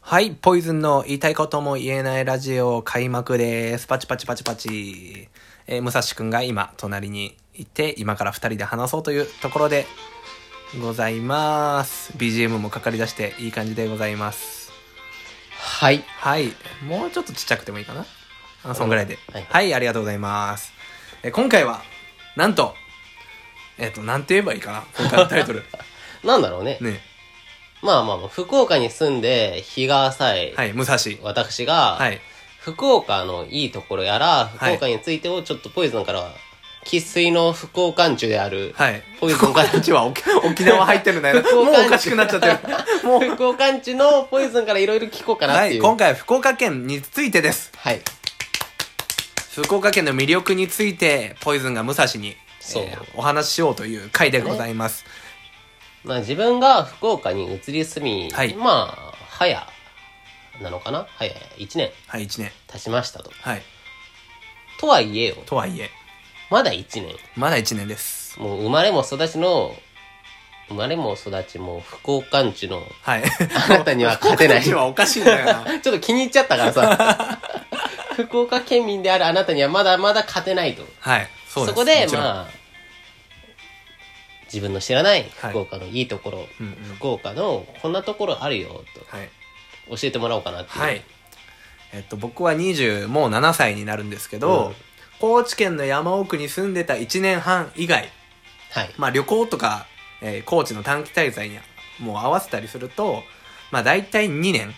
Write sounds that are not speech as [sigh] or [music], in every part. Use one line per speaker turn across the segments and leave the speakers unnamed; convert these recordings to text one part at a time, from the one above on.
はい、ポイズンの言いたいことも言えないラジオ開幕です。パチパチパチパチ。えー、武蔵くんが今、隣にいて、今から二人で話そうというところでございます。BGM もかかり出していい感じでございます。
はい。
はい、もうちょっとちっちゃくてもいいかな。あそんぐらいで、
うん
は
はいい。
ありがとうございます。えー今回は、なんと、えっ、と、なんて言えばいいかな。今回のタイ
[laughs]
トル。
なんだろうね。
ね。
まあまあまあ、福岡に住んで、日が浅い、
はい、武蔵。
私が、
はい。
福岡のいいところやら、福岡についてをちょっとポイズンから、生粋の福岡んちゅである、
はい。
ポイズンから、
こっちは沖 [laughs] 沖縄入ってるね。も
福
う
岡
おかしくなっちゃって [laughs] る。
[laughs]
もう。
福岡んちゅのポイズンからいろいろ聞こうかなっ
は
てい
い、
う。
今回は福岡県についてです。
はい。
福岡県の魅力について、ポイズンが武蔵に、
そう
えーお話ししようという回でございます。
まあ自分が福岡に移り住み、
はい
まあ、早、なのかな早、1年
はい、1年。
経ちましたと。
はい。
とはいえよ、
とはいえ、
まだ1年。
まだ1年です。
もう生まれも育ちの、生まれも育ちも福岡んちの、
はい。
あなたには勝てない。
福
ち
岡
ょ
はおかしいんだよな。 [laughs]
っと気に入 [laughs] っちゃったからさ。 [laughs] 福岡県民であるあなたにはまだまだ勝てないと。
はい。そ
そう
です
こで、
あ。
まあ、自分の知らない
はい
福岡のいいところ、
うんうん
福岡のこんなところあるよ、と
はい。
教えてもらおうかなっていう。
はい。えっと、僕は20、もう7歳になるんですけど、
うん
高知県の山奥に住んでた1年半以外、
はい。
まあ旅行とか、えー高知の短期滞在にもう合わせたりすると、まあ大体2年。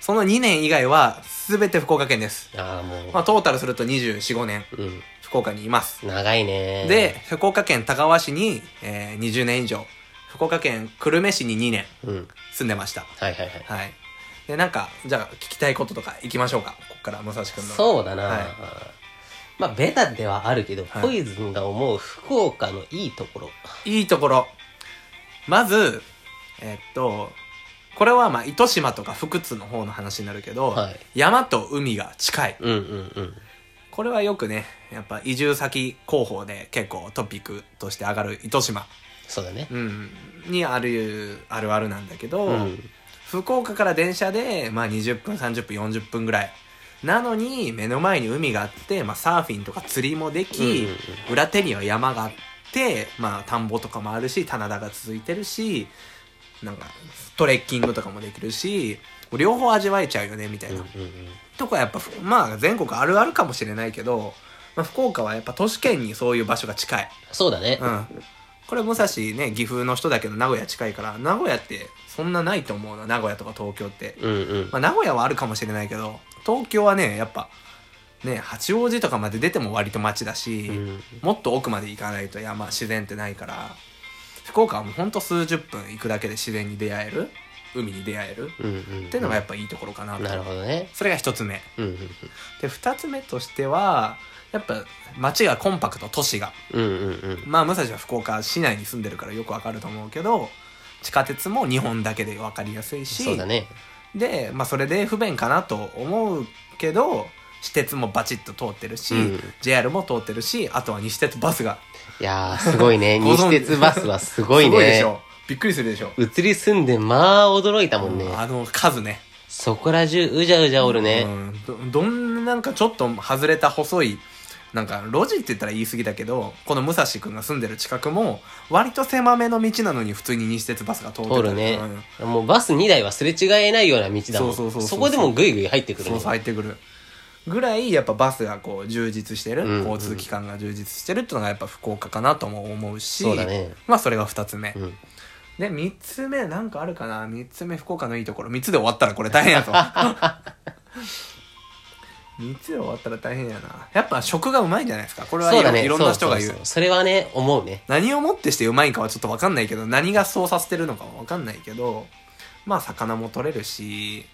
その2年以外は全て福岡県です。
ああ、もう、
まあトータルすると24、5年、
うん。
福岡にいます。
長いね。
で、、福岡県田川市に、えー20年以上、福岡県久留米市に2年
うん。
住んでました。
はいはいはい。
はい。で、なんか、じゃあ聞きたいこととか行きましょうか。ここから、武蔵君の。
そうだな、
はい
まあベタではあるけど、
はい
ポイズンが思う福岡のいいところ
いいところ。まず、えっと、これはまあ、糸島とか福津の方の話になるけど、
はい
山と海が近い。
うんうんうん
これはよくね、やっぱ移住先候補で結構トピックとして上がる糸島、
そうだね
うん、にある、あるあるなんだけど、
うん
福岡から電車で、まあ、20分、30分、40分ぐらい。なのに、目の前に海があって、まあ、サーフィンとか釣りもでき、
うんうん
裏手には山があって、まあ、田んぼとかもあるし、棚田が続いてるし、なんか、トレッキングとかもできるし、両方味わえちゃうよね、みたい
うんう
な。
んうん
とかやっぱ、ふまあ、全国あるあるかもしれないけど、まあ、福岡はやっぱ都市圏にそういう場所が近い。
そうだね、
うん。これ武蔵ね、岐阜の人だけど名古屋近いから、名古屋ってそんなないと思うの、名古屋とか東京って。
うん、うん
まあ、名古屋はあるかもしれないけど、東京はね、やっぱ、ね、八王子とかまで出ても割と街だし、
うん
もっと奥まで行かないと山、自然ってないから、福岡はもうほんと数十分行くだけで自然に出会える、海に出会える、
うんうん
っていうのがやっぱいいところかなと。
なるほどね
それが一つ目。
うんうん
で、二つ目としては、やっぱ街がコンパクト、都市が。
うんうんうん
まあ武蔵は福岡市内に住んでるからよくわかると思うけど地下鉄も日本だけでわかりやすいし
そうだね
で、まあ、それで不便かなと思うけど私鉄もバチッと通ってるし、
うん
JR も通ってるしあとは西鉄バスが
いやーすごいね
[laughs] ご存
西
知
鉄バスはすごい
[laughs]
ね
すごいでしょびっくりするでしょ、
移り住んでまあ驚いたもんね、
あの数ね
そこら中うじゃうじゃおるね、
うん、どどんななんかちょっと外れた細いなんか路地って言ったら言い過ぎだけどこの武蔵君が住んでる近くも割と狭めの道なのに普通に西鉄バスが通ってた
通
り
るね
うん、
もうバス2台はすれ違えないような道だもん
そうそうそうそう
そこでもぐいぐい入ってくる
そ
ね
うそう入ってくるぐらいやっぱバスがこう充実してる、
うんうん
交通機関が充実してるっていうのがやっぱ福岡かなとも思うし
そうだね
まあそれが2つ目、
うん
で3つ目なんかあるかな3つ目福岡のいいところ3つで終わったらこれ大変や
[laughs]
ぞ3つで終わったら大変やなやっぱ食がうまいんじゃないですかこれはい
そう
ろ,、
だね。
いろんな人が言う
そうそうそうそれはね、思うね。
何をもってしてうまいんかはちょっと分かんないけど何がそうさせてるのかは分かんないけどまあ魚も取れるし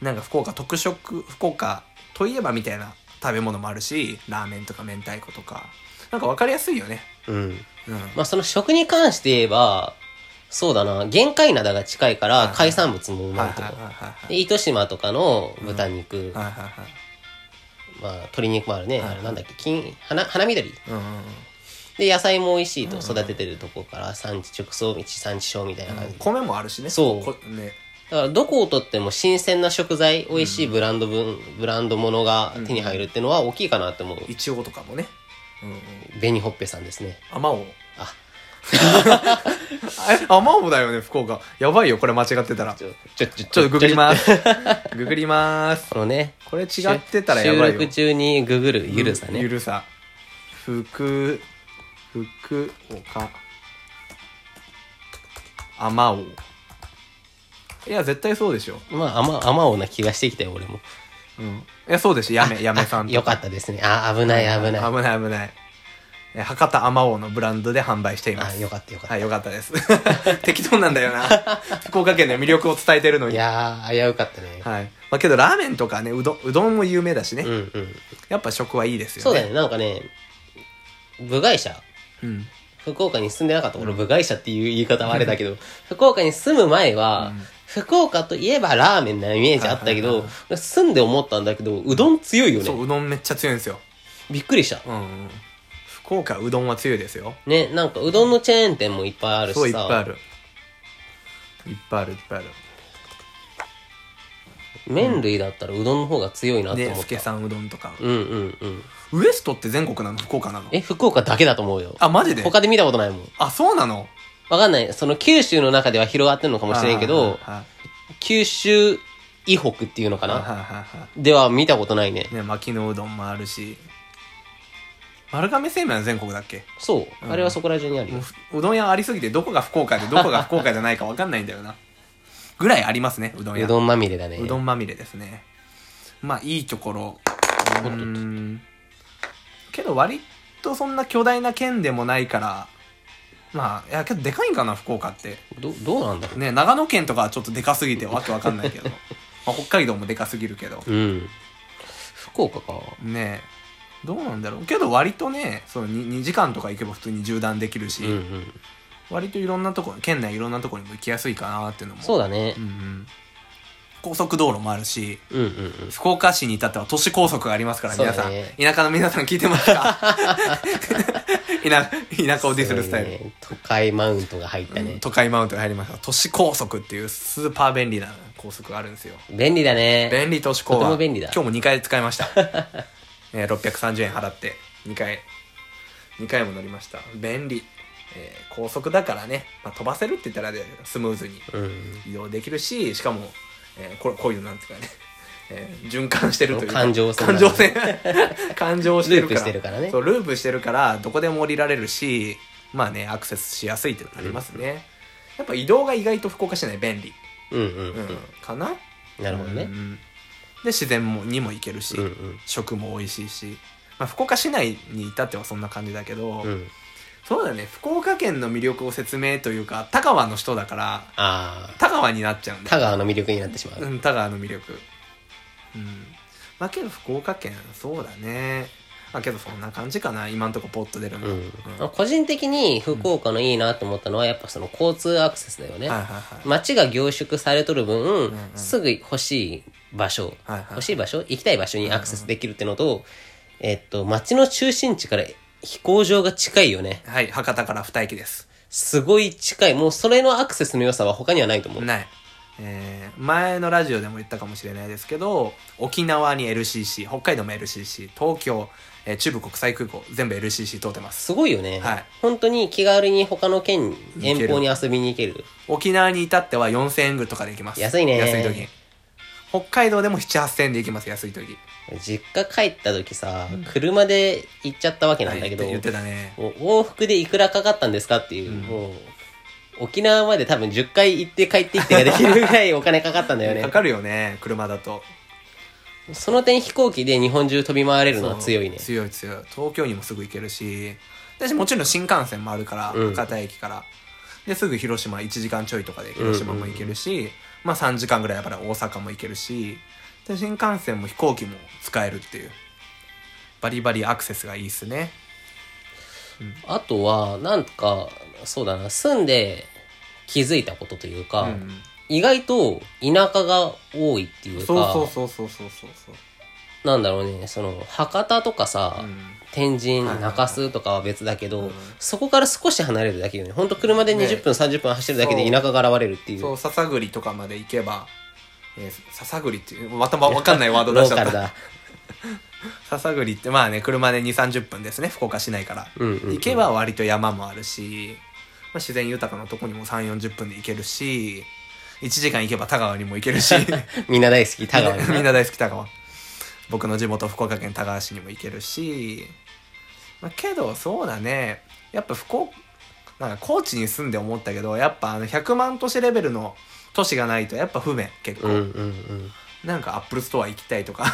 なんか福岡特色福岡といえばみたいな食べ物もあるしラーメンとか明太子とかなんか分かりやすいよね
うん。
うん
まあ、その食に関して言えば、そうだな、玄界灘が近いか
はいは
ら
い
海産物もうま
はい
いと
はいはい
思う。
は
で、
い
糸島とかの豚肉、
はいはいはい
まあ、鶏肉もあるね。
はい
あれなんだっけ、金、花、花緑。
うんうん
で、野菜も美味しいと
うん
育ててるとこから、産地直送道、産地消みたいな
う
感
ん
じ。だか
米もあるしね
そう
こね
だからどこをとっても新鮮な食材、美味しいブランド分、ブランド物が手に入るっていうのは大きいかなって思う。
いちごとかもね。うんうん。
紅ほっぺさんですね。
あまおう。
あ
え、 [laughs] あまおうだよね、福岡。やばいよ、これ間違ってたら。
ち
ち
ょ、ちょ、ちょ、
ょっとググります。 [laughs] ググります。
このね、
これ違ってたらやばい
収
よ。
録中にググるゆるさね。
ゆるさ。福、福岡。あまおう。いや、絶対そうでしょ。
まあ、甘、甘おうな気がしてきたよ、俺も。
うん。いや、そうでしょ。やめ、やめさん
あ
と
よかったですね。あ、危ない、危な
危
い。
ない危ないえ博多あまおうのブランドで販売していま
あ、
す
よかった、よかった。
はいよかったです [laughs] 適当なんだよな
[laughs]
福岡県の魅力を伝えてるの
い
にはい、
やー、危うかったね。
まあ、けどラーメンとかねうどんうどんも有名だしね、
うんうん。
やっぱ食はいいですよね
そうだよね、なんかね、部外者。
うん
福岡に住んでなかった、俺部外者っていう言い方はあれだけど、 [laughs] 福岡に住む前は、福岡といえばラーメンなイメージあったけ
はいはい
ど、俺住んで思ったんだけど、うどん強いよ
そう
ね。
うどんめっちゃ強いんですよ
びっくりした。
うんうん福岡うどんは強いですよ
ね、なんかうどんのチェーン店もいっぱいあるしさ。
そういっぱいあるいっぱいあるいっぱいある
麺類だったらうどんの方が強いなと思
ね
っ
すけ
た。
さんうどんとか、
うんうんうん。
ウエストって全国なの福岡なの
え、福岡だけだと思うよ。
あマジで
他で見たことないもん。
あそうなの
わかんない。その九州の中では広がってるのかもしれんけど、
はいはい
九州以北っていうのか
はい
な
はいはいはい
では見たことないね。
ね、巻きのうどんもあるし丸亀製麺は全国だっけ
そう。あれはそこら中にある
もう
よ。
ふうどん屋ありすぎてどこが福岡でどこが福岡じゃないか分かんないんだよなぐらいありますねうどん屋
うどんまみれだね。
うどんまみれですねまあいいところうーんけど割とそんな巨大な県でもないからまあいやけどでかいんかな福岡って
ど、どうなんだろ
ね長野県とかはちょっとでかすぎてわけわかんないけ [laughs] ど、まあ、北海道もでかすぎるけど
う。うん。福岡か。
ねえどうなんだろうけど割とねその 2, 時間とか行けば普通に縦断できるし、
うんうん。
割といろんなとこ県内いろんなとこにも行きやすいかなっていうのも
そうだね
う、。んうん、高速道路もあるし
うんうんうん。
福岡市に至っては都市高速がありますから
そう
皆
だ
さん、
ね
田舎の皆さん聞いてますか [laughs] 田田舎をディスるスタイル、
すごいね都会マウントが入ったね。
都会マウントに入りました都市高速っていうスーパー便利な高速があるんですよ
便利だね。
便利都市高は
とても便利だ
今日も2回使いま
[laughs]
した、えー、630円払って2回2回も乗りました便利、えー高速だからね、まあ、飛ばせるって言ったらあれだけどスムーズに
うん。
移動できるししかも、えーこれこういうのなんていうかね、 [laughs] えー循環してるというか
環状線
環
だね
状線 [laughs] 環状してるから
ループしてるからね
そうループしてるからどこでも降りられるしまあねアクセスしやすいっていうのがありますね、やっぱ移動が意外と福岡市内便利、
うんうん
うんかな
うん。なるほどね
う。んで自然もにも行けるし、
うんうん。
食も美味しいし、まあ、福岡市内に至ってはそんな感じだけど、
うん。
そうだね福岡県の魅力を説明というか田川の人だから
ああ。
田川になっちゃうんだ
田川の魅力になってしまう。
うん、田川の魅力うんまあけど福岡県そうだねまあけどそんな感じかな今んとこポッと出るの、
う
うん
ん、個人的に福岡のいいなと思ったのはやっぱその交通アクセスだよね、
はいはいはい
街が凝縮されとる分、
ん
すぐ欲しい場所、
はいはい
欲しい場所行きたい場所にアクセスできるってのと、えっと街の中心地から飛行場が近いよね
はい博多から二駅です
すごい近いもうそれのアクセスの良さは他にはないと思う
ないえー前のラジオでも言ったかもしれないですけど沖縄に LCC 北海道も LCC 東京、えー中部国際空港全部 LCC 通ってます
すごいよね、
はい
本当に気軽に他の県
行ける
遠方に遊びに行ける
沖縄に至っては4000円ぐらいとかで行きます
安いね
安い時北海道でも78000円で行きます安い時
実家帰った時さ、車で行っちゃったわけなんだけど、
はい言ってたね
もう往復でいくらかかったんですかっていう、もう、沖縄まで多分10回行って帰ってきてができるぐらいお金かかったんだよ
か
ね。
かるよね車だと
その点飛行機で日本中飛び回れるのは強いね。
強い強い東京にもすぐ行けるし私もちろん新幹線もあるから、
うん
博多駅からですぐ広島1時間ちょいとかで広島も行けるし、まあ3時間ぐらいやっぱり大阪も行けるしで新幹線も飛行機も使えるっていうバリバリアクセスがいいっすね
あとは、なんか、そうだな、住んで気づいたことというか、
うん
意外と田舎が多いっていうか、
そうそうそうそうそうそうそう
なんだろうねその博多とかさ、天
はい
神
はいはい
中洲とかは別だけど、そこから少し離れるだけよね本当車で20分、30分走るだけで
そう
田舎が現れるっていう
そう笹栗とかまで行けば、えー笹栗っていうまたわわかんないワード出しちゃっ
ローカル
た
だ
笹栗ってまあね車で2 3 0分ですね福岡市内から、
うんうんうん
行けば割と山もあるし、まあ、自然豊かなとこにも3 4 0分で行けるし1時間行けば田川にも行けるし
みんな大好 [laughs] き田
[laughs]
川
みん
に
な大好き田川僕の地元福岡県田川市にも行けるし、まあ、けどそうだねやっぱ福岡なんか高知に住んで思ったけどやっぱあの100万都市レベルの都市がないとやっぱ不便結構、
うんうん
なんかアップルストア行きたいとか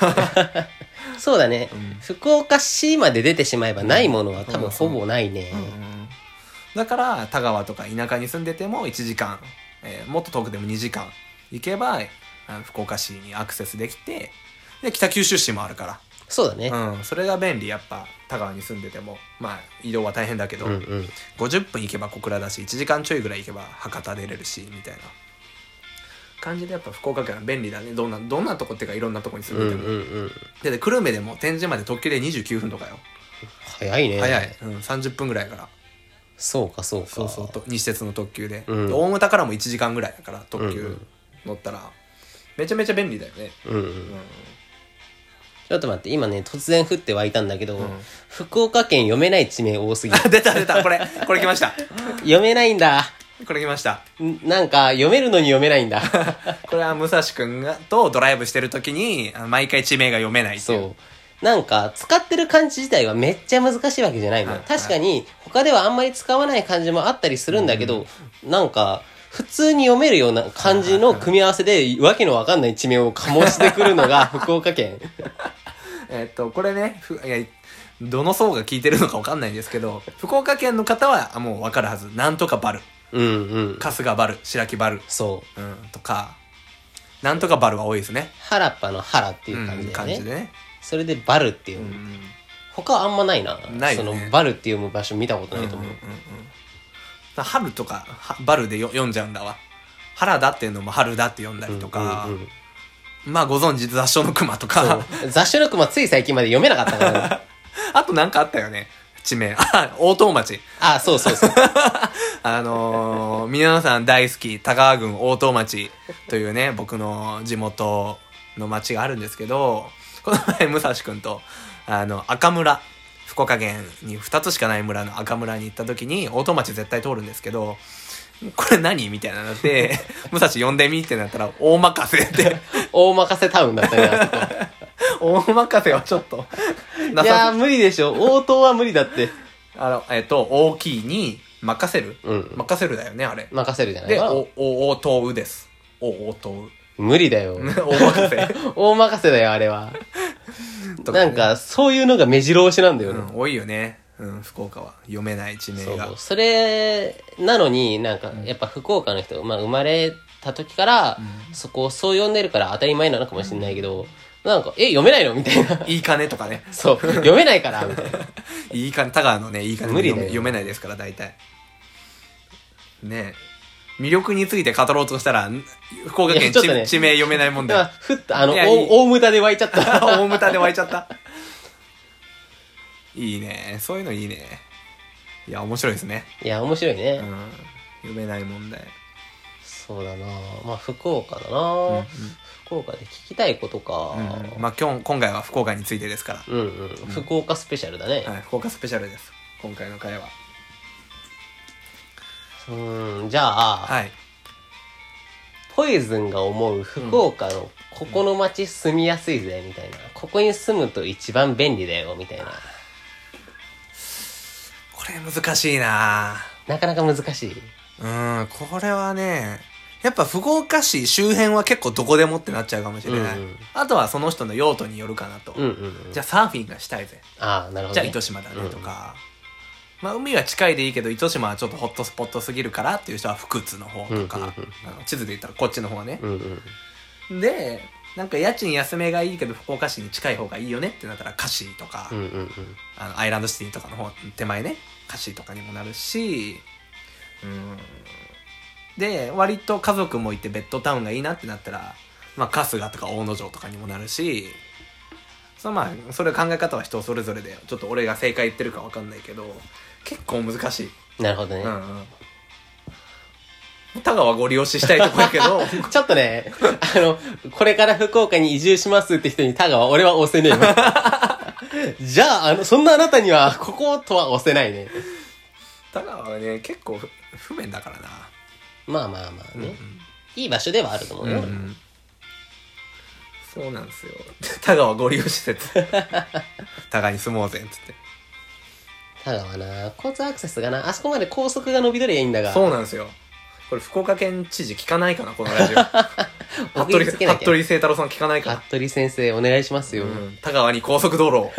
うんそうだね、
うん
福岡市まで出てしまえばないものは多分ほぼないね、
うんだから田川とか田舎に住んでても1時間、えーもっと遠くでも2時間行けばあの福岡市にアクセスできてで北九州市もあるか
そうだね、
ら、うん、それが便利やっぱ田川に住んでてもまあ移動は大変だけど、
うん、うん
50分行けば小倉だし1時間ちょいぐらい行けば博多出れるしみたいな感じでやっぱ福岡県は便利だねどんなどんなとこっていうかいろんなとこに
う
住
んうん
で
ん
ても、
うん
でで久留米でも天神まで特急で29分とかよ、
早いね
早い、うん、30分ぐらいから
そうかそうか
そうそうと西鉄の特急で,で、
うん
大牟田からも1時間ぐらいだから特
うんう
急
ん
乗ったら、めちゃめちゃ便利だよね、
うんう
うん
ん、ちょっと待って今ね突然降って湧いたんだけど、
うん
福岡県読めない地名多すぎる
あ [laughs] 出た出たこれこれ来ました
読めないんだ
これ来ました
んなんか読めるのに読めないんだ
これは武蔵くんがとドライブしてる時にあ毎回地名が読めないっていう
そうなんか使ってる漢字自体はめっちゃ難しいわけじゃないの、
はい
確かに他ではあんまり使わない漢字もあったりするんだけど、なんか普通に読めるような漢字の組み合わせでわけのわかんない地名を醸してくるの
[laughs]
が福岡県
えっとこれねふいやどの層が聞いてるのかわかんないんですけど福岡県の方はあもうわかるはずなんとかバル
うんうん
春日バル白木バル、
そう
うん、とかなんとかバルは多いですね
原っぱの原っていう
う
感じ
ん
だよ
感
ね、
じでね、
それでバルっていうう、
ん
他はあんまないな
ない
そ
よね
のバルっていう場所見たことないと
うん
思う、
うんうんうんだ春とかはバルでよ読んじゃうんだわ原田っていうのも春だって読んだりとか、
うんうんうん
まあご存知雑草の熊とか
そう雑誌のもつい最近まで読めなかったからね
[laughs] あとなんかあったよね地名あ大東町
あそうそうそう
あのー、皆さん大好き田川郡大東町というね僕の地元の町があるんですけどこの前武蔵君とあの赤村福岡県に2つしかない村の赤村に行った時に大東町絶対通るんですけどこれ何みたいなので武蔵呼んでみってなったら大任せって
大任せタウンだったよねあそこ
大任せはちょっとない
や
さ
ー無理でしょ応答は無理だって
あのえっと大きいに任せる、
うん
任せるだよねあれ
任せるじゃない
で
か
おお大東うですお大東う
無理だよ
大任せ。
[laughs] 大任せだよあれは
と
[laughs] なんかそういうのが目白押しなんだよ
う
ね、
ん、多いよね。うん、福岡は。読めない地名
そう
が。
それなのになんかやっぱ福岡の人、まあ、生まれた時から、そこをそう呼んでるから当たり前なのかもしれないけど、なんか「え読めないの?」みたいな [laughs]
いい金とかね。
そう読めないからみたいない
い金、田川のね、いい金
無理だよ
読め読めないですから、大体。ねえ魅力について語ろうとしたら、ん福岡
い
県
やちょっ
地,、
とね
名読めない問
[laughs] だから
題。
ふっとあの
いやいい
お大無駄で湧いちゃった
[laughs] 大牟田で湧いちゃった。いいね。そういうのいいね。いや、面白いですね。
いや面白いね、
うん。読めない問題。
そうだなまあ福岡だな、
うんうん
福岡で聞きたいことか
うんまあ、今日、今回は福岡についてですから。
うんうん、福岡スペシャルだね、
はい、福岡スペシャルです。今回の回は。
うんじゃあ、
はい。
ポイズンが思う福岡のここの町住みやすいぜみたいなここに住むと一番便利だよみたいな
これ難しいな
なかなか難しい
うん、これはね、やっぱ福岡市周辺は結構どこでもってなっちゃうかもしれない。
うんうん
あとはその人の用途によるかなと。
うんうん、うん、
じゃ
ゃ
あサーフィンがしたいぜ。
ああなるほ
じゃ
ど、
あ
ね、
糸島だねとか。まあ海は近いでいいけど、糸島はちょっとホットスポットすぎるからっていう人は福津の方とか、
うんうん
あの地図で言ったらこっちの方ね。
うんうん
で、なんか家賃安めがいいけど福岡市に近い方がいいよねってなったらカシとか、
うんうんうん
あのアイランドシティとかの方手前ね歌詞とかにもなるしうんで割と家族もいてベッドタウンがいいなってなったら、まあ、春日とか大野城とかにもなるしそのまあそれは考え方は人それぞれでちょっと俺が正解言ってるか分かんないけど結構難しい、
なるほどね
う。んうん、田川ご利用ししたいとこやけど
ちょっとね、 [laughs] あの、これから福岡に移住しますって人に田川、俺は押せねえよ。じゃあ、あの、そんなあなたには、こことは押せないね。
田川はね結構不不便だからな
まあまあまあね。いい場所ではあると思うよ。
うんそうなんですよ [laughs] 田川ご利用施
[laughs]
設田川に住もうぜっつって
田川な、交通アクセスがな、あそこまで高速が伸びとりゃいいんだが。
そうなんですよこれ福岡県知事聞かないかなこのラ
[laughs]
ジオ服部
送りつけなきゃ
服部清太郎さん聞かないかな、
服部先生、お願いしますよ。
うん、田川に高速道路
[laughs]
を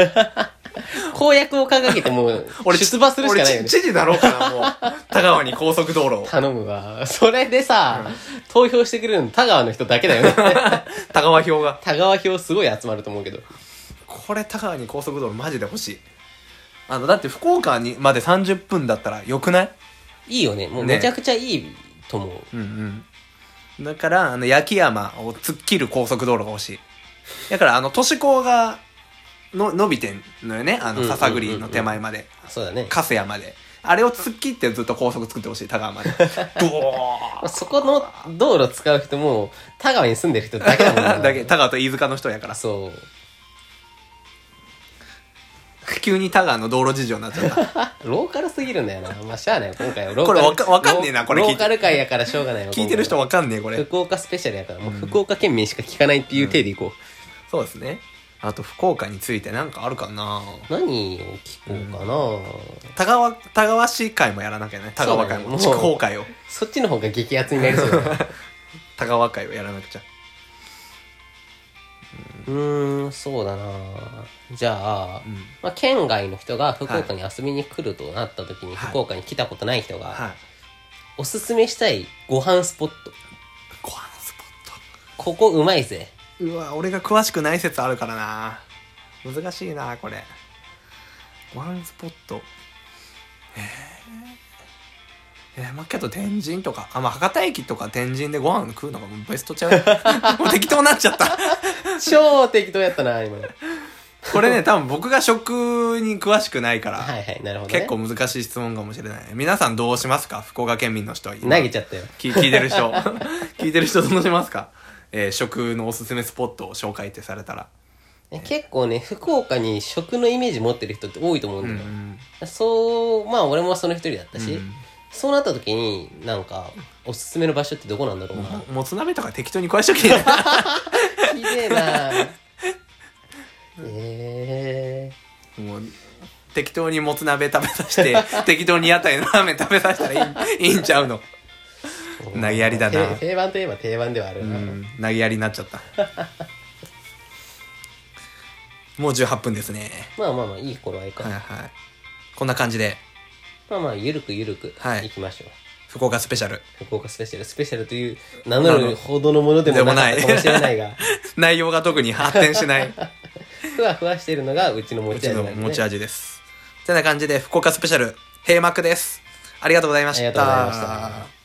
公約を掲げてもう
[laughs] 、俺
出馬するしかないよ
俺
ね
知。知事だろうかなもう
[laughs]
田川に高速道路を
頼むわ。それでさ、投票してくれるの田川の人だけだ
[laughs]
よね。
田川票が
田川票すごい集まると思うけど。
これ田川に高速道路マジで欲しいあのだって福岡にまで30分だったらよくない
いいよね。もう
ね
めちゃくちゃいいと思う。
うんうん、だからあの焼山を突っ切る高速道路が欲しいだからあの都市高がの伸びてんのよねあの
うんうんうんうん
笹栗の手前まで
そうだね。
粕谷まであれを突っ切ってずっと高速作ってほしい田川
[laughs]
までブオ
そこの道路使う人も、田川に住んでる人だけだもんな
ー [laughs] だけ田川と飯塚の人やから
そう。 [laughs]
急に田川の道路事情になっちゃった
[laughs] ローカルすぎるんだよな。まあ、しゃあないよ、今回は。ロー
こ
カ
れ
ル
わかわかんねえなこれ聞いて
ローカル界やからしょうがないよ。
聞いてる人
今
わかんねえこ
回
れ
は。福岡スペシャルやから、もう福岡県民しか聞かないっていう体でいこ
そうですねあと福岡についてなんかあるかな
う。何を聞こうかな、
田川田川市会もやらなきゃね田川会も地
そうだねもう
方会を
そっちの方が激アツになりそうだな。
田川会をやらなくちゃ
うーん、そうだなじゃあ、
うん
まあ、県外の人が福岡に遊びに来るとなった時に、
はい
福岡に来たことない人が、
はい
おすすめしたいご飯スポット。
ご飯スポット
ここうまいぜ。
うわ俺が詳しくない説あるからな難しいなこれご飯スポットえー、えーまあけど天神とかあまあ博多駅とか天神でご飯食うのがもうベ [laughs] ストちゃうもう適当になっちゃった
超適当やったな、
[laughs]
今の。
これね多分僕が食に詳しくないから、
はいはい、なるほど、ね。
結構難しい質問かもしれない皆さんどうしますか福岡県民の人投
投げちゃったよ。
聞聞いてる人 [laughs] 聞いてる人どうしますか、えー食のおすすめスポットを紹介ってされたら
結構ね、福岡に食のイメージ持ってる人って多いと思うん
う
だ
んう
よ。
ん
そう、まあ俺もその一人だったし、
うん
そうなった時に、なんか、おすすめの場所ってどこなんだろうな。
ももつ鍋とか適当に壊しとけは
綺麗な
[laughs]
え
いもう適当にもつ鍋食べさせて適当に屋台のラーメン食べさせたらいいいいんちゃうの
ー、
投げやりだな
て定番といえば定番ではあ
う
るな、
ん投げやりになっちゃったもう18分ですね
まあまあまあいい頃合いか、
はいはいこんな感じで
まあまあゆるくゆるく
はい
行きましょう、
福岡スペシャル [laughs]
福岡スペシャルスペシャルという名乗るほどのものでもなかったかもしれないが
内容が特に発展しない
ふわふわしてるのがうちの持
う
ち
ち
味な
の
んです、ね、
持ち味ですてな感じで福岡スペシャル閉幕ですありがとうございました
ありがとうございました